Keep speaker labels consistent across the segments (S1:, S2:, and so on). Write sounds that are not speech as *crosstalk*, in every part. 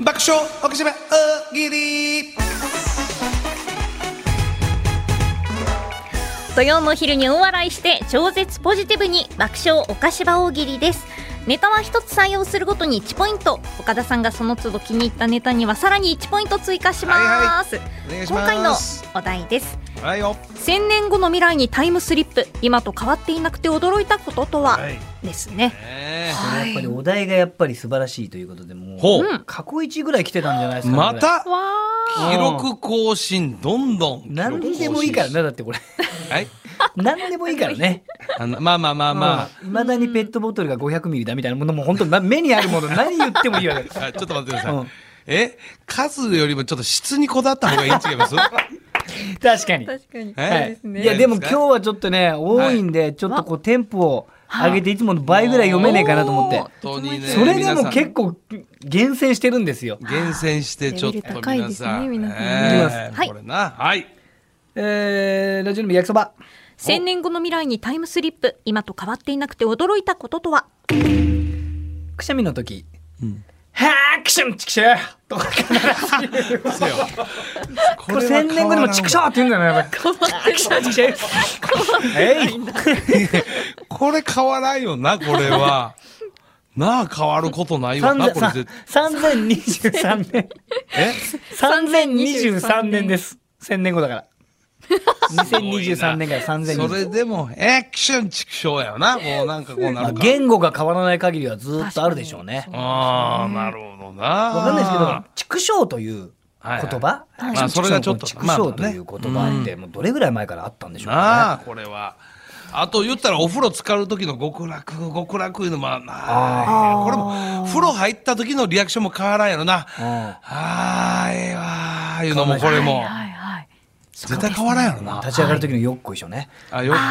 S1: 爆笑おしめ大喜利
S2: 土曜の昼に大笑いして超絶ポジティブに爆笑おかしば大喜利ですネタは一つ採用するごとに1ポイント岡田さんがその都度気に入ったネタにはさらに1ポイント追加します、
S1: お願いし
S2: 今回の
S1: ます
S2: お題です
S1: 今回のはいよ
S2: 1000年後の未来にタイムスリップ今と変わっていなくて驚いたこととは、
S1: はい
S2: ですね
S1: ね
S3: これやっぱりお題がやっぱり素晴らしいということでもう
S1: ほう
S3: 過去一ぐらい来てたんじゃないですかね
S1: また
S2: わ
S3: ー
S1: 記録更新どんどん
S3: これ何でもいいから
S1: ね
S3: なだってこれ
S1: はい
S3: 何でもいいからね *laughs*
S1: あのまあまあまあま
S3: いまだにペットボトルが500ミリだみたいなものも本当にな目にあるもの何言ってもいいわ *laughs* けです
S1: あ、あちょっと待ってください、
S3: うん
S1: え数よりもちょっと質にこだわった方がいいん違います
S3: 確かに
S2: 確かに
S1: え
S3: は
S1: そう
S3: い
S1: ですね
S3: いやでも今日はちょっとね多いんでちょっとこうテンポを上げていつもの倍ぐらい読めねえかなと思って
S2: おー
S1: 本当にね
S3: それでも結
S1: 構
S3: 構厳選してるんですよ
S1: 厳選してちょっと皆さん
S2: レベル高いですね皆さん
S1: え
S2: はい
S1: これなはい
S3: えーラジオネーム焼きそば
S2: 1000年後の未来にタイムスリップ今と変わっていなくて驚いたこととは
S3: くしゃみの時はあくしゃみちくしゃとか必ず
S1: そうよこ
S3: これ千年後でもちくしょうって言うんだよね。 *laughs* やっぱ
S2: 変わってない
S3: りちくしょうえい
S1: これ変わらんよなこれはなあ変わることないわ
S3: 三
S1: なこれ
S3: 千
S1: 絶
S3: 三千二十三年。
S1: え
S3: 三千二十三年です。千年後だから。二千二十三年から三千
S1: それ *laughs*
S3: 二。
S1: でも、エクションチクショーやな。もうなんかこうな
S3: まあ
S1: るか。
S3: 言語が変わらない限りはずっとあるでしょうね。
S1: ああ、なるほどな。
S3: わ
S1: わ
S3: かんないですけど、畜生という言
S1: はい
S3: 葉、
S1: いまあそれがちょっと
S3: 畜生という言葉ってもうどれぐらい前からあったんでしょ
S1: な
S3: うか
S1: あ、これは。あと言ったらお風呂浸かる時の極楽、極楽いうのもあるなこれも、風呂入った時のリアクションも変わらんやろな。
S3: ね。
S1: ああ、ええわーいうのもこれも。
S2: はいはい
S1: 絶対変わらんやろ
S3: うん
S1: な。
S3: 立ち上がる時のよっこいしょね。
S1: あ、よっこ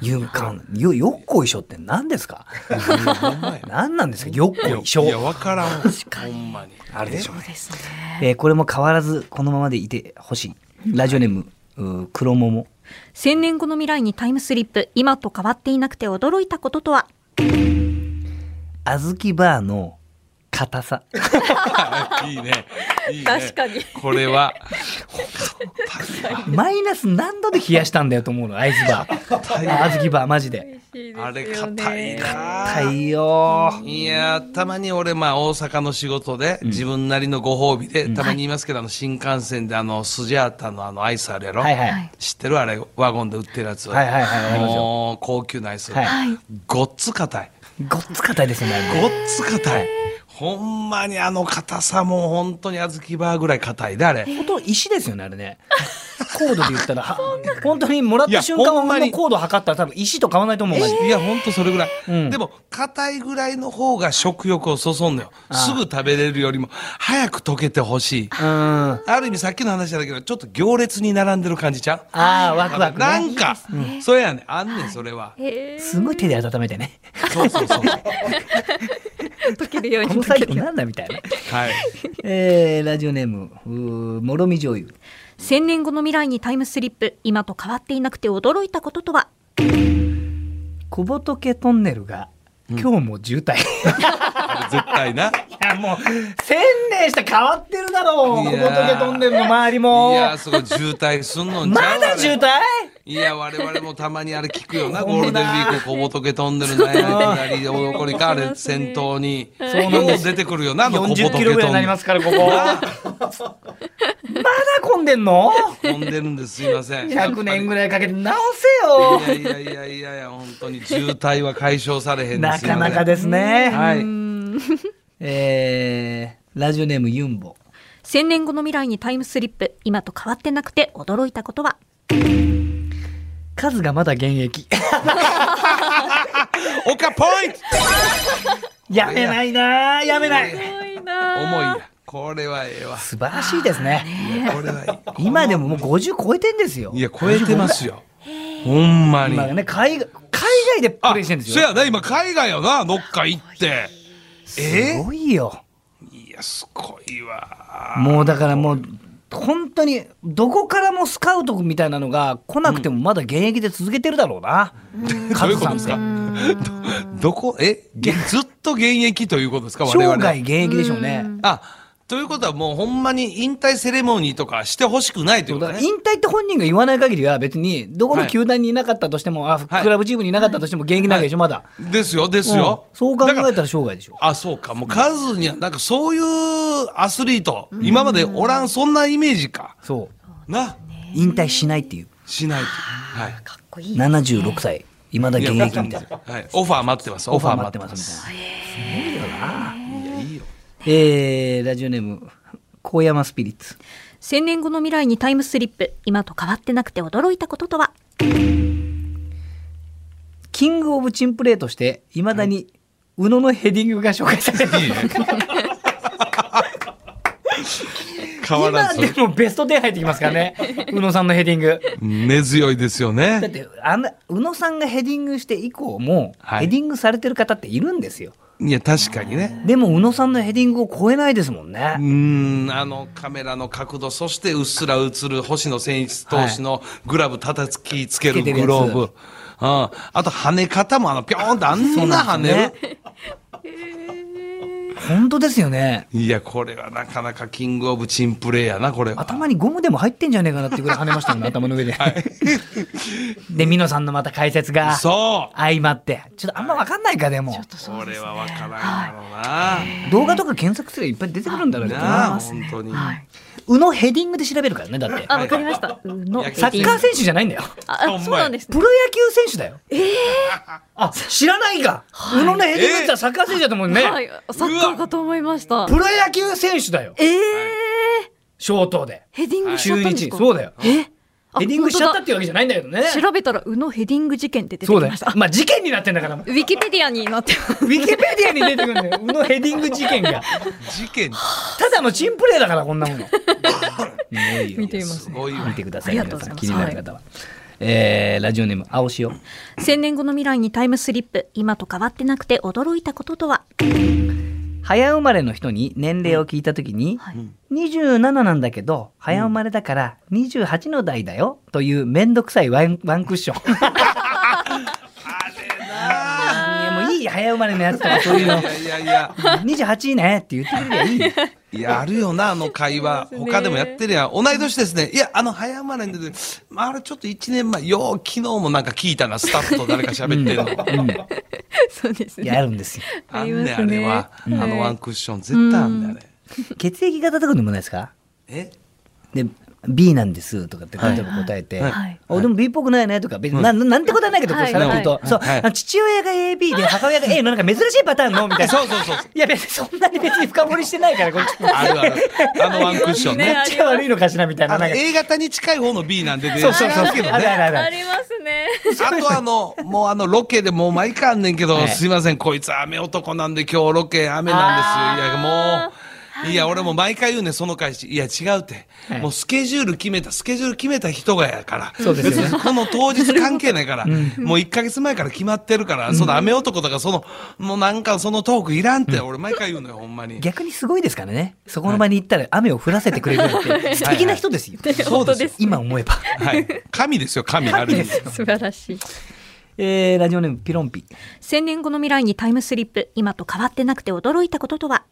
S3: ゆうかん、よ、よっこいしょって何ですか
S1: いしょね。ほんまや
S3: 何なんですかよっこいしょ
S1: い。や、わからん。ほんまに。
S3: あるでしょう
S2: そうですね
S3: えーこれも変わらずこのままでいてほしいラジオネームうー黒桃
S2: 1000年後の未来にタイムスリップ今と変わっていなくて驚いたこととは
S3: あずきバーの硬 *laughs* さ
S1: いいね。いいね
S2: 確かに
S1: これは。
S3: マイナス何度で冷やしたんだよと思うのアイスバーあずきバーマジで
S1: あれ硬いな
S3: 太陽
S1: いやーたまに俺まあ大阪の仕事で自分なりのご褒美で、たまに言いますけど、あの新幹線であのスジャータのあのアイスあるやろ、
S3: はいはい
S2: はい
S1: 知ってるあれワゴンで売ってるやつ
S3: はいはいはいわかりますよ
S1: もう高級なアイス、
S3: はい
S2: はい
S1: ごっつ硬い
S3: ごっつ硬いですねあれ
S1: ごっつ硬いほんまにあの硬さも本当に小豆バーぐらい硬いであれ
S3: 本当石ですよねあれねコードで言ったら *laughs* は本当にもらった瞬間
S1: いや
S3: は
S1: ほんま
S3: こ
S1: に
S3: のコード測ったら多分石と変わらないと思うマジで
S1: いやほんとそれぐらい、
S3: うん
S1: でも硬いぐらいの方が食欲をそそんのよすぐ食べれるよりも早く溶けてほしい
S3: うんあ
S1: ある意味さっきの話だけどちょっと行列に並んでる感じちゃう
S3: あーワクワク
S1: な
S3: ね
S1: んか、それやねんあんねんそれは、
S2: へ
S3: すごい手で温めてね
S1: そうそうそう
S2: ー溶けるよう
S3: こ
S2: に
S3: の
S2: 溶け
S3: 作業
S2: るように
S3: なんだみたいな
S1: はい
S3: えーラジオネームうーもろみ醤油
S2: 1000年後の未来にタイムスリップ今と変わっていなくて驚いたこととは
S3: 小仏トンネルが今日も渋滞、 *laughs* い
S1: あれ絶対
S3: *laughs*
S1: な
S3: やもう千年して変わってるだろう
S1: い
S3: 小
S1: やー
S3: 仏トンネルの周り
S1: い
S3: も
S1: やーすごい渋滞すんのんち
S3: ま
S1: ゃう
S3: だ渋滞
S1: い
S3: *laughs*
S1: や我々もたまにあれ聞くよな
S3: ほ
S1: ゴー
S3: んま
S1: ル
S3: だ
S1: デンウィーク小仏飛ん
S3: *laughs*
S1: でるね左おどこりかあれ先頭にそうなんです出てくるよなあの小仏
S3: 40キロぐらいになりますからここまだ混んでんの
S1: 飛んでるんですすいません
S3: 100年ぐらいかけて直
S1: い
S3: せ
S1: やいやいやいやいや本当に渋滞は解消されへ
S3: よ
S1: んで
S3: な
S1: すよ
S3: か
S1: ね
S3: なかですね、
S1: はい
S3: えーラジオネームユンボ
S2: 1000年後の未来にタイムスリップ今と変わってなくて驚いたことは
S3: 数がまだ現役
S1: 岡ポイント
S3: やめないなーやめない
S1: 重いなこれはええわ
S3: 素晴らしいですね
S1: これはいい
S3: 今でももう50超えてんですよ
S1: いや、超えてますよ。ほんまに。
S3: 今ね海外海外でプレイしてるんです
S1: そ
S3: よ
S1: やな、今海外やな、どっか行って。え
S3: すごいよ
S1: いや、すごいわ。
S3: もうだからもう本当にどこからもスカウトみたいなのが来なくてもまだ現役で続けてるだろうな、
S1: どういうことですか
S3: カズさんっ
S1: ど *laughs* こ、え、げずっと現役ということですか、我
S3: 生
S1: 々。
S3: 涯現役でしょうね。
S1: あ、ということはもうほんまに引退セレモニーとかしてほしくないというこ
S3: だ
S1: と
S3: から
S1: ね。
S3: 引退って本人が言わない限りは別にどこの球団にいなかったとしても、
S1: は
S3: あ
S1: い
S3: クラブチームにいなかったとしても現役なわけでしょまだ、
S1: ですよ、ですよ。
S3: うんそう考
S1: だ
S3: え
S1: から
S3: たら生涯でしょ
S1: あ、そうか。もう数には、なんかそういうアスリート、今までおらん、そんなイメージか。
S3: そう
S1: な、
S3: 引退しないっていう
S1: しないと。はい。
S2: かっこいい。
S3: 76歳いまだ現役みたいな
S1: はい、オファー待ってます。オ
S3: オ
S1: フ
S3: フ
S1: ァ
S3: ァ
S1: ー
S3: ー
S1: 待
S3: 待
S1: っま。
S3: っててますすみたい
S1: す
S3: な
S1: いや、いいよ。
S3: えー、ラジオネーム高山スピリッツ
S2: 千年後の未来にタイムスリップ今と変わってなくて驚いたこととは
S3: キングオブチンプレーとしていまだに宇野のヘディングが紹介されてる *laughs*
S1: 変わら
S3: 今
S1: ず
S3: でもベスト10入ってきますからね宇野さんのヘディング
S1: 根強いですよ
S3: だっ
S1: ね。
S3: てあの宇野さんがヘディングして以降も
S1: はい
S3: ヘディングされてる方っているんですよ、
S1: いや、確かにね。
S3: でも宇野さんのヘディングを超えないですもんね、
S1: うーん、あのカメラの角度、そしてうっすら映る星野選手投手のグラブ叩きつける
S3: つけてる
S1: グ
S3: やつ
S1: ローブ。うん、あと跳ね方もあのピョーンとあんな跳ねる。
S3: 本当ですよね
S1: いや、これはなかなかキングオブチンプレーやな、これは。
S3: 頭にゴムでも入ってんじゃねえかなってぐらい跳ね
S1: *laughs*
S3: ましたもんね頭の上で、 *laughs* で美濃さんのまた解説が
S1: そう
S3: 相まってちょっとあんま分かんないかでも
S1: これはわからんだろうな。
S3: 動画とか検索すればいっぱい出てくるんだろうけど
S1: なあ、
S3: な
S1: 本当に。
S3: 宇野ヘディングで調べるからねだって
S2: あわかりましたの
S1: 野球
S3: サッカー選手じゃないんだよ
S2: あそうなんです
S3: プロ野球選手だよええあ知らないか宇野のヘディングってサッカー選手だと思うね、
S2: はいサッカーかと思いました
S3: プロ野球選手だよ
S2: えー
S3: ショートで
S2: ヘディングしちゃっ
S3: 中
S2: たんです
S3: 日
S2: か
S3: そうだよ
S2: えあ
S3: ヘディングしちゃったっ
S2: 本
S3: ていうわけじゃないんだけどね
S2: 当だ調べたら宇野ヘディング事件って出て
S3: そ
S2: き
S3: うだよ
S2: ました
S3: まあ事件になってんだ
S2: *laughs*
S3: から
S2: ウィキペディアになってます
S3: ウィキペディアに出てくるんだよ。宇野ヘディング事件が。
S1: 事件。
S3: ただのチンプレーだから、こんなもの。
S2: *laughs* 見ていますすね
S1: ごいわ
S3: 見てくださ
S2: あ
S3: い。
S2: りがとうございま
S3: 皆さん、
S2: す
S3: 気になる方は。えーラジオネーム、青潮。
S2: 千年後の未来にタイムスリップ今と変わってなくて驚いたことと
S3: *laughs*
S2: は
S3: 早生まれの人に年齢を聞いたときに、27なんだけど、早生まれだから28の代だよ、というめんどくさいワンワンクッション。あれなもういい早生まれのやつとかそういうの
S1: い。やいやいや。
S3: 28ねって言ってくれりゃいいよ。
S1: いや、あるよな、あの会
S3: *laughs*
S1: 話。他でもやってるやん。同い年ですね。いや、あの、早生まれんで、まあ、あれちょっと1年前、よう、昨日もなんか聞いたな、スタッフと誰か喋ってるの。
S2: そうです
S3: いや、あるんですよ。
S1: あんねん、あ
S2: ありますね
S1: れは。あのワンクッション、絶対あんねん、あれ。
S3: 血液型とかでもないですか
S1: え
S3: で B なんですとかって例えば答えて、
S1: はい
S2: はい
S3: あでも B っぽくないねとか別に、なん、なんてことはないけど、こう
S2: はい
S3: さらっと言うと、
S2: はい
S3: そう、
S1: はい
S3: あの父親が AB で母親が A のなんか珍しいパターンのみたいな。
S1: そうそうそう。
S3: いや別にそんなに別に深掘りしてないからこっちも。
S1: *laughs* あるある。あのワンクッシ
S3: *laughs*
S1: ョン
S3: め
S1: ね。
S3: っちゃ悪いのかしらみたいな。
S1: あの、
S3: なんか
S1: A 型に近い方の B なんでね。
S3: そうそうそう。あ
S1: 知
S3: る
S1: らんけどね
S3: あるある。
S2: りますね
S1: *laughs* あとあの、もうあの、ロケでもう毎回あんねんけど、
S3: はい
S1: すいません、こいつ雨男なんで今日ロケ雨なんですよ。いや、もう、いや、俺も毎回言うねんその返し。いや、違うって、
S3: はい
S1: もうスケジュール決めた、スケジュール決めた人がやから。
S3: そうですよね
S1: 別にこの当日関係ないから、もう1ヶ月前から決まってるから、その雨男とか、その、もうなんかそのトークいらんって、俺毎回言うのよ、ほんまに。
S3: 逆にすごいですからね。そこの場に行ったら雨を降らせてくれるって素敵な人です
S1: そ
S3: よ。
S1: うですよ本当です
S3: 今思えば。
S1: はい。神ですよ、神。ある意味。
S2: *laughs* 素晴らしい
S3: えー、ラジオネームピロンピ。
S2: 千年後の未来にタイムスリップ今と変わってなくて驚いたこととは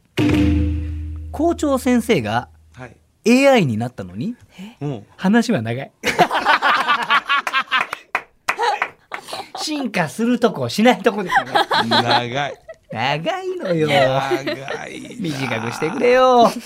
S3: 校長先生が
S1: はい。
S3: AI になったのに
S1: うん。
S3: 話は長い。 *laughs* 進化するとこしないとこですよね。
S1: 長い。
S3: 長いのよ。
S1: 長いな。
S3: 短くしてくれよ。
S1: なんか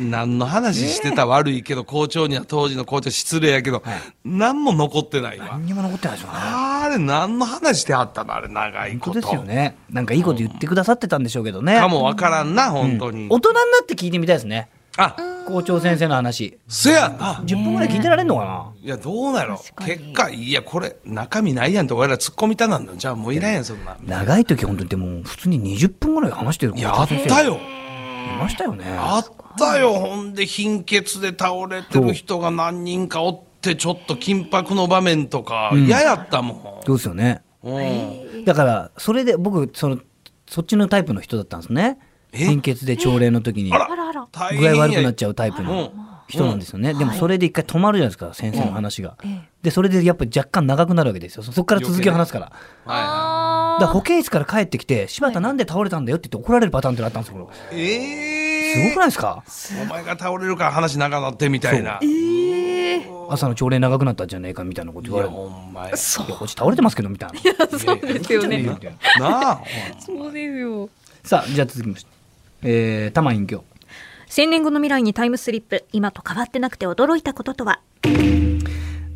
S1: 何の話してた悪いけど、校長には当時の校長失礼やけど、何も残ってないわ。
S3: にも残ってないですよね。
S1: あれ何の話してはったのあれ長いこ
S3: 本
S1: と。
S3: 当ですよね。なんかいいこと言ってくださってたんでしょうけどね。
S1: かもわからんな、本当に。
S3: 大人になって聞いてみたいですね。
S1: あ、
S3: 校長先生の話。
S1: せやな。
S3: 10分ぐらい聞いてられんのかな。
S1: いや、どうなの結果、いや、これ、中身ないやんと、俺ら突っ込みたなんの。じゃあもういらんやん、そんな。
S3: 長い時本当にでも普通に20分ぐらい話してる
S1: やったよ。
S3: いましたよね。
S1: あったよ。ほんで、貧血で倒れてる人が何人かおって、ちょっと緊迫の場面とか、嫌やったも
S3: そうですよね。
S1: ん。うん。
S3: だからそれで僕そのそっちのタイプの人だったんですね。
S1: え
S3: 貧血で朝礼の時に
S1: あら
S2: あらあら
S1: 大変
S3: 具
S1: や
S3: 合悪くなっちゃうタイプ
S1: うん
S3: の人なんですよね。でもそれで一回止まるじゃないですか先生の話が
S2: ええ。
S3: でそれでやっぱ若干長くなるわけですよ。そこから続きを話すか
S1: は
S3: ら。
S1: いは
S3: だから保健室から帰ってきて、柴田なんで倒れたんだよって言って怒られるパターンってのあったんですよ、これ
S1: え
S3: すご
S1: え
S3: くないですか
S1: お前が倒れるから話長なってみたいな。い
S4: ええ
S3: 朝の朝礼長くなったんじゃねえかみたいなこと言わ
S1: や、
S3: れる。
S1: ほんまや。
S4: そう
S3: いやこっち倒れてますけどみたいな。
S4: そうですよね
S3: いやいや
S1: なあ。ほん
S4: そうですよ
S3: さあ、じゃあ続きまして。えー、玉隠居。
S2: 千年後の未来にタイムスリップ今と変わってなくて驚いたこととは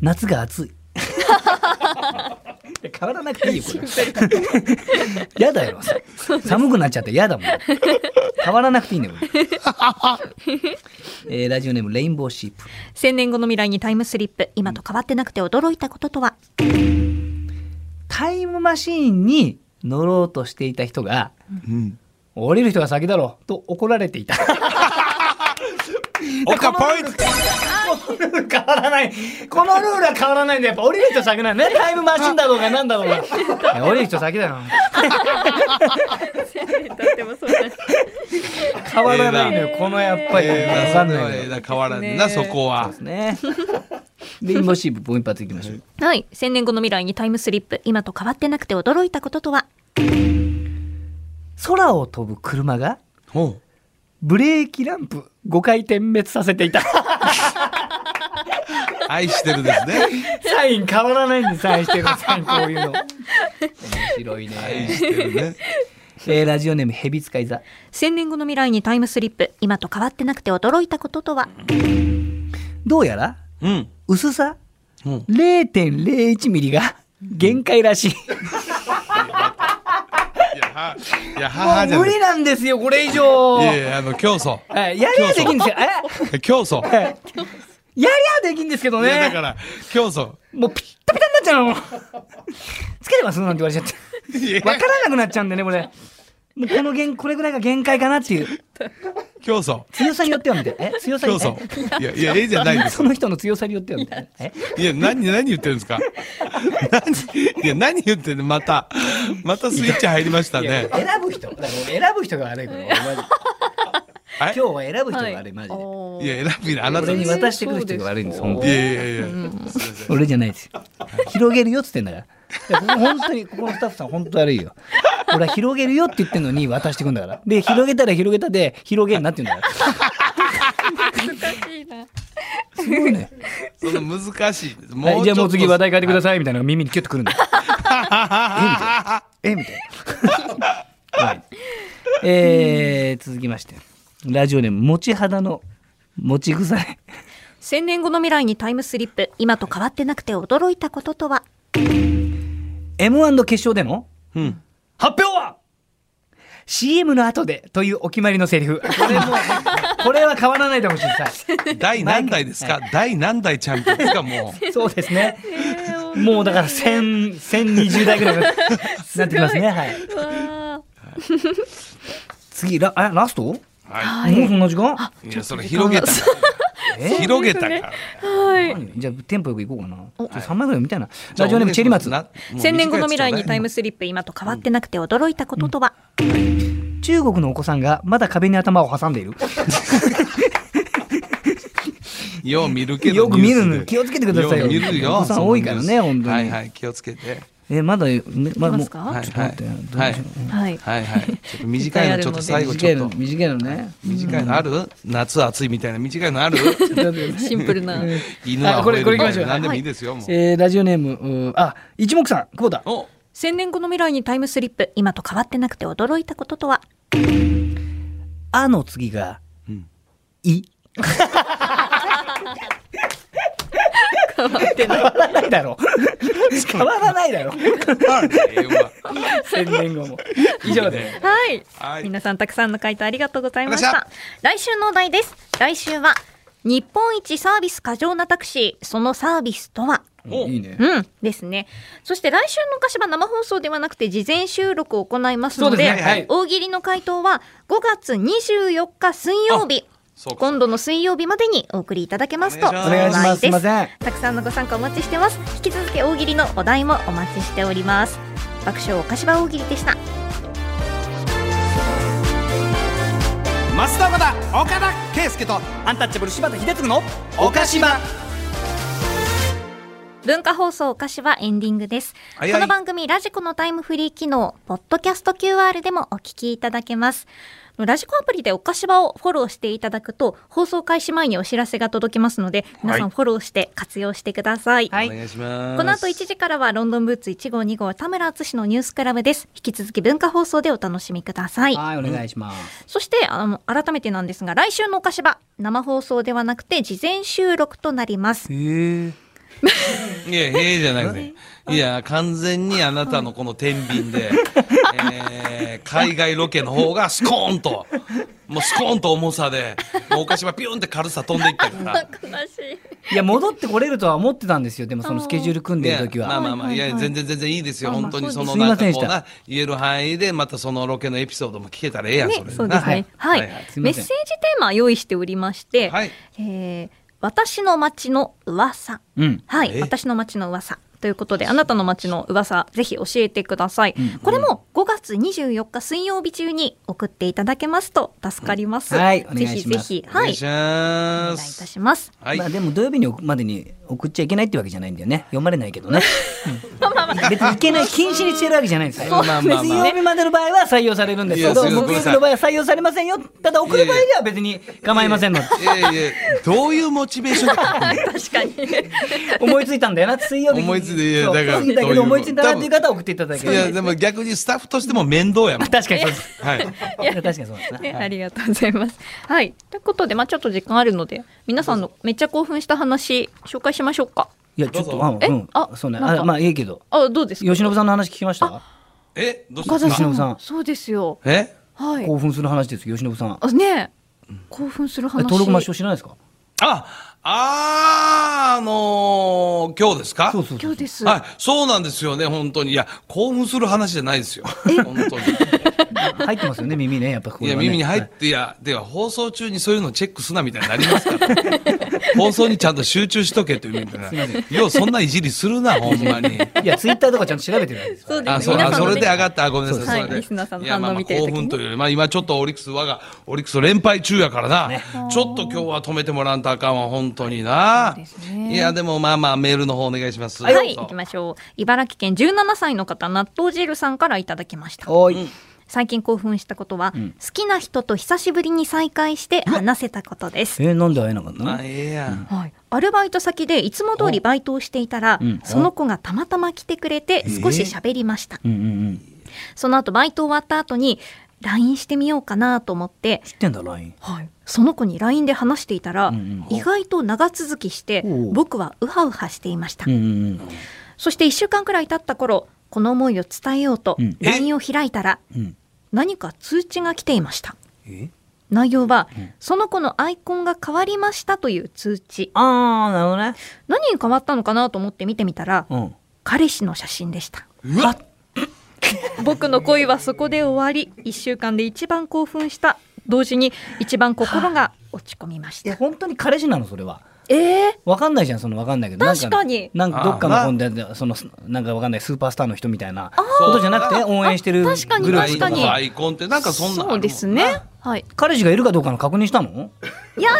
S3: 夏が暑い。いや *laughs* 変わらなくていいよ、これ。 *laughs* やだよ、寒くなっちゃって嫌だもん。変わらなくていいんだよ、こ *laughs* れ。えー、ラジオネーム、レインボーシープ。
S2: 千年後の未来にタイムスリップ今と変わってなくて驚いたこととは
S3: タイムマシーンに乗ろうとしていた人が、
S1: うん
S3: 降りる人が先だろ、と怒られていた。
S1: 岡ポイント
S3: このルール変わらない。このルールは変わらないんで、やっぱ降りる人先なんだね。タイムマシンだろうがなんだろう *laughs* が。いや降りる人先だよ。
S4: でもそうなんです
S3: 変わらないのよ。このやっぱり、
S1: ええなそ
S3: わかん
S1: れ
S3: な
S1: はい
S3: の
S1: ええ
S3: よ。
S1: な変わらんな、そこは。
S3: *laughs* ね。レインボーシープもう一発いきましょう。
S2: はい千年後の未来にタイムスリップ今と変わってなくて驚いたこととは
S3: 空を飛ぶ車が
S1: ほう
S3: ブレーキランプ5回点滅させていた。 *laughs*
S1: 愛してるですね。
S3: サイン変わらないんでサインしてるサイ *laughs* ンこういうの。面白い
S1: 愛
S3: ね。
S1: してるね。
S3: えーラジオネームヘビ使い座。
S2: 千年後の未来にタイムスリップ今と変わってなくて驚いたこととは
S3: どうやら
S1: うん。
S3: 薄さ
S1: うん
S3: 0.01ミリが限界らしい。
S1: いや、は、いや、
S3: も
S1: 母じ
S3: う
S1: ゃ
S3: 無
S1: ない。
S3: 理
S1: い
S3: なんですよ、これ以上。
S1: やいや、あの、競争。
S3: はいやりゃできんですよ。え
S1: 競争。
S3: はいやりゃできんですけど
S1: いや、だ
S3: ね
S1: か。ら、競争。
S3: もうピッタピタになっちゃうの。つければするなんて言われちゃって。
S1: いや
S3: わからなくなっちゃうんでね、これ。もうこの限、これぐらいが限界かなっていう。
S1: 競争。
S3: 強さによってはみたいな。え強さに
S1: 競
S3: よって
S1: 争。いや、いや、ええじゃないです
S3: そ。の人の強さによってはみたいな。え
S1: いや、何、何言ってるんですか。何、いや、何言ってんの、また。またスイッチ入りました
S3: いや
S1: ね。
S3: 選ぶ人。だから選ぶ人が悪いから、俺マジで
S1: は
S3: 今
S1: い
S3: 日。は選ぶ人が悪い、マジで。
S1: いや、選びな、あなた
S3: 俺
S1: に。い
S3: に渡してくる人が悪いんです、本当に。
S1: や、いや、いや。
S3: 俺じゃないですよ。広げるよっつってんだから。いやここ本当に、ここのスタッフさん本当悪いよ。俺は広げるよって言ってんのに渡してくんだから。で、広げたら広げたで、広げんなって言うんだから。すごいね。
S1: その難しい。も
S3: はい、じゃあもう次話題変えてくだ
S1: い。
S3: さいみたいなのが耳にキュッとくるんだよ。えみたいな。はい。えー、続きまして。ラジオネーム、持ち肌の持ち腐れ。
S2: 千年後の未来にタイムスリップ今と変わってなくて驚いたこととは
S3: M1 の決勝での
S1: うん。
S3: 発表は CM の後でというお決まりのセリフ。これもう、これは変わらないでほしいです。は
S1: 第何代ですか。第何代チャンピオンですか、もう。
S3: *laughs* いそうですね。もうだから1000、1020代ぐらいになってきますね。はい。次、ラあラストもう
S1: は
S3: そんな時間
S1: い。いや、それ広げたから。
S3: え
S1: 広げたから。
S3: 何じゃあテンポよく行こうかな。ちょっと3枚ぐらい見たいな。 *laughs* ラジオネームチェリマツ。
S1: な
S2: 千年後の未来にタイ。
S1: もう短いやつちょうだい
S2: ムスリップ今と変わってなくて驚いたこととは、
S3: 中国のお子さんがまだ壁に頭を挟んでいる。
S1: よう見るけど。
S3: よく見るの
S1: ニュースで
S3: 気をつけてください
S1: よ
S3: よ
S1: う見るよ。
S3: お子さん多いからね
S1: そのニュース
S3: 本当に
S1: はいはい、気をつけて。
S3: え、まだ、ね、ま
S4: いきま
S3: だもう。
S4: す
S3: ち
S4: か
S3: ょ
S1: は
S3: っ
S1: い
S3: と
S1: はい。
S3: 待って、どう
S1: は
S3: で
S1: い
S3: しょう。
S4: はい
S1: はい
S3: *laughs*
S1: はい。ちょっと短いのちょっと最後ち
S3: 短い
S1: ょ
S3: の
S1: っと
S3: 短いのね。
S1: 短いのある？夏暑いみたいな短いのある？
S4: シンプルな
S1: 犬は
S3: あこれこれ行きましょう
S1: 何でもいいですよもう。
S3: えーラジオネーム、うーあ、一目散、久保田。
S1: お
S2: 千年後の未来にタイムスリップ今と変わってなくて驚いたこととは
S3: あの次が、
S1: うん
S3: い。
S4: 変わってない
S3: 変わらないだろ。変わらないだろ。宣伝後も。以上で。
S2: はい
S1: はい
S2: 皆さんたくさんの回答ありがとうございまし
S1: ありが
S2: た
S1: と
S2: 来週のお題です来週は日本一サービス過剰なタクシーそのサービスとは
S1: お
S3: いいね。
S2: うんですねそして来週の歌詞は生放送ではなくて事前収録を行いますので
S3: そうですねはい
S2: 大喜利の回答は5月24日水曜日
S1: そうか
S2: 今度の水曜日までにお送りいただけますと
S1: お
S3: お願いします。す
S2: 幸
S3: いま
S2: いで
S3: せん。
S2: たくさんのご参加お待ちしてます引き続き大喜利のお題もお待ちしております爆笑おかしば大喜利でした
S1: 増田岡田岡田圭介と
S3: アンタッチャブル柴田秀嗣の、おかしま。
S2: 文化放送お菓子はエンディングです。
S1: はいはい
S2: この番組、ラジコのタイムフリー機能、ポッドキャスト QR でもお聞きいただけます。ラジコアプリでお菓子場をフォローしていただくと、放送開始前にお知らせが届きますので、皆さ
S1: は
S2: ん
S1: い
S2: フォローして活用してください。
S3: はい
S1: お願いします。
S2: この後1時からはロンドンブーツ1号2号田村淳のニュースクラブです。引き続き文化放送でお楽しみください。
S3: はい、お願いします。
S2: そしてあの改めてなんですが来週のお菓子場生放送ではなくて事前収録となります。
S1: へえ。いや、へえじゃなく
S3: *laughs*
S1: て。いや、完全にあなたのこの天秤で、えー海外ロケの方がスコーンと、もうスコーンと重さで、もうお菓子はピュンって軽さ飛んでいったから。
S2: *laughs* 悲しい。
S3: いや、戻ってこれるとは思ってたんですよ。でも、そのスケジュール組ん
S1: い
S3: でる
S1: や
S3: 時
S1: まあ
S3: は。
S1: まあまあ、いや、全然全然いいですよ。
S2: あまあ
S1: 本当にそ
S2: そうで
S1: の
S3: す
S1: なんか
S3: す
S1: こ
S3: いうません
S1: な、言える範囲で、またそのロケのエピソードも聞けたらええやん、それ
S2: ね、そうで
S1: は
S2: すね。はいい、
S1: はいはい
S3: すい
S2: メッ
S3: ま
S2: セ
S3: せん
S2: ージテーマ用意しておりまして、
S1: はい
S2: えー私の街の噂。
S3: うん。
S2: は
S1: え
S2: い、私の街の噂ということで、あなたの街の噂、ぜひ教えてください。これも5月24日水曜日中に送っていただけますと助かります。
S3: うんはいお願い
S2: ぜ
S3: します
S2: ひぜひ、
S1: お
S2: は
S1: 願
S2: い、
S1: いし
S2: お願い
S1: ま
S2: いた
S1: す。
S2: します。
S1: はい
S3: まあ、。でも、土曜日にまでに送っちゃいけないってわけじゃないんだよね。読まれないけ
S1: *laughs*
S3: どね。うん別にいけない、禁止にしてるわけじゃないんですよ。
S1: そうまあまあまあ
S3: 水曜日までの場合は採用されるんですけど、
S1: いやすいません
S3: 木曜日の場合は採用されませんよ。ただ、送る場合には別に構いませんので。
S1: いやいや、どういうモチベーションで書くの
S2: 確かに。
S3: 思いついたんだよな、水曜日に。
S1: 思いついていや
S3: そう
S1: だから
S3: そうだ
S1: どう
S3: け
S1: いう
S3: ど思いついたなっていう方は送っていただけ
S1: い
S3: れば
S1: やでも逆にスタッフとしても面倒やもん。
S3: 確かにそうです。
S1: はい。
S3: いや確かにそうですね。
S2: ね、ありがとうございます。はい、ということで、まあ、ちょっと時間あるので、皆さんのめっちゃ興奮した話、紹介しましょうか。
S3: いや、ちょっ
S1: どう
S3: と、
S1: ぞ
S3: あ、
S2: え
S3: うん、あ
S2: あ、
S3: そうね、
S2: なんか
S3: あ、まあ、いいけど。
S2: あ、どうですか。
S3: 吉信さんの話聞きました。
S1: えどう
S2: 岡
S1: し
S2: 田
S1: た
S2: さ
S3: 吉
S2: ん
S3: 野さ
S2: も
S3: ん。
S2: そうですよ。
S1: え
S2: はい。
S3: 興奮する話です、吉信さん。え
S2: あ、ねえ。興奮する話。
S3: 登録抹消知らないですか。
S1: あ、あー、あのー、今日ですか
S3: そうそうそ
S2: 今
S3: う
S2: 日。です。
S1: はい、そうなんですよね、本当に。いや、興奮する話じゃないですよ。本当に。
S3: 入ってますよね、耳ね、やっぱこ
S1: い
S3: れ
S1: や、
S3: はね。
S1: 耳に入っ
S3: はい
S1: て、いや、では放送中にそういうのチェックすなみたいになります
S2: *laughs*
S1: から。放送にちゃんと集中しとけというみたいな。よう、そんないじりするな、ほんま
S2: *laughs*
S1: に。
S3: いや、ツイッターとかちゃんと調べてるんですよ。
S2: そう
S1: あ、
S2: です
S1: そう、
S2: ね。皆
S1: あ、
S2: さん
S1: そ
S2: の
S1: れ
S2: ね
S1: で上がった、あ、ごめんなさい、
S2: は
S1: そ
S2: い
S1: れで。
S2: リスナーさんの
S1: いやまあ
S2: 反応見てる
S1: まあ
S2: 時に
S1: 興奮というより、まあ、今ちょっとオリックス、我がオリックス連敗中やからな。ちょっと今日は止めてもらわんとあかんわ、本当にな。
S2: そうですね
S1: いや、でも、まあまあ、メールの方お願いします。
S2: はい、
S1: ど
S2: 行
S1: うぞ
S2: きましょう。茨城県17歳の方、納豆汁さんからいただきました。
S3: おい。
S2: 最近興奮したことは、
S3: ん
S2: 好きな人と久しぶりに再会して話せたことです。
S3: えー、なんで会えなかったの
S1: あ、。ええやん。
S2: はい、アルバイト先でいつも通りバイトをしていたら、
S3: うん
S2: その子がたまたま来てくれて少し喋りました、
S3: うんうんうん。
S2: その後バイト終わった後に LINE してみようかなと思って、
S3: 知ってんだ、ライン。
S2: その子に LINE で話していたら、
S3: うん
S2: 意外と長続きして
S3: おう
S2: 僕はウハウハしていました、
S3: うんうんうん。
S2: そして1週間くらい経った頃この思いを伝えようと
S3: うん
S2: LINE を開いたら
S3: うん。
S2: 何か通知が来ていました
S3: え。
S2: 内容は、
S3: ん
S2: その子のアイコンが変わりましたという通知
S3: あー、なるほどね。
S2: 何に変わったのかなと思って見てみたら、
S3: うん。
S2: 彼氏の写真でした
S1: うわ
S2: 僕の恋はそこで終わり1週間で一番興奮した同時に一番心が落ち込みまし
S3: いや、
S2: た
S3: 本当に彼氏なの、それは。
S2: えー、
S3: わかんないじゃん、そのわかんないけど。なん
S2: 確かに
S3: なんかどっかの
S1: あー
S3: 本で、その、なんかわかんないスーパースターの人みたいなことじゃなくて、応援してるグル
S2: あ確かに
S3: ープ
S1: 確
S3: と
S1: かに。
S2: 確
S1: ア
S2: か
S1: イコンって、なんかそんな。
S2: そうですねはい
S3: 彼氏がいるかどうかの確認したの
S2: いや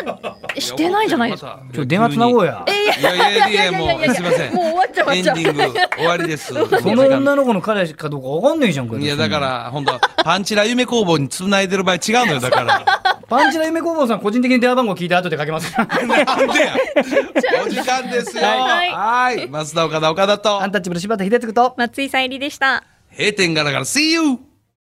S2: してないじゃないですか
S1: か
S3: ちょっと電話つなごう
S1: や。
S3: や。
S1: いやいやいやいや、もう、すいません。
S2: もう終わっちゃう
S1: エンデ
S2: 終わっちゃ
S1: ィング、終わりです。
S2: *laughs*
S3: その女の子の彼氏かどうかわかんないじゃんかよ
S1: いや、だか。ら、本当パンチラ夢工房に繋いでる場合違うのよ、だ
S2: *laughs*
S1: から。
S3: パンチラ夢工房さん個人的に電話番号聞いて後でかけ
S1: *laughs*
S3: ます。
S1: なんで
S2: *laughs*
S1: や。お時間ですよ。
S2: はい
S1: はい。増田岡田岡田と
S3: アン、タッチャブル柴田秀嗣と。
S2: 松井さゆりでした
S1: 閉店ガラガラ、See you!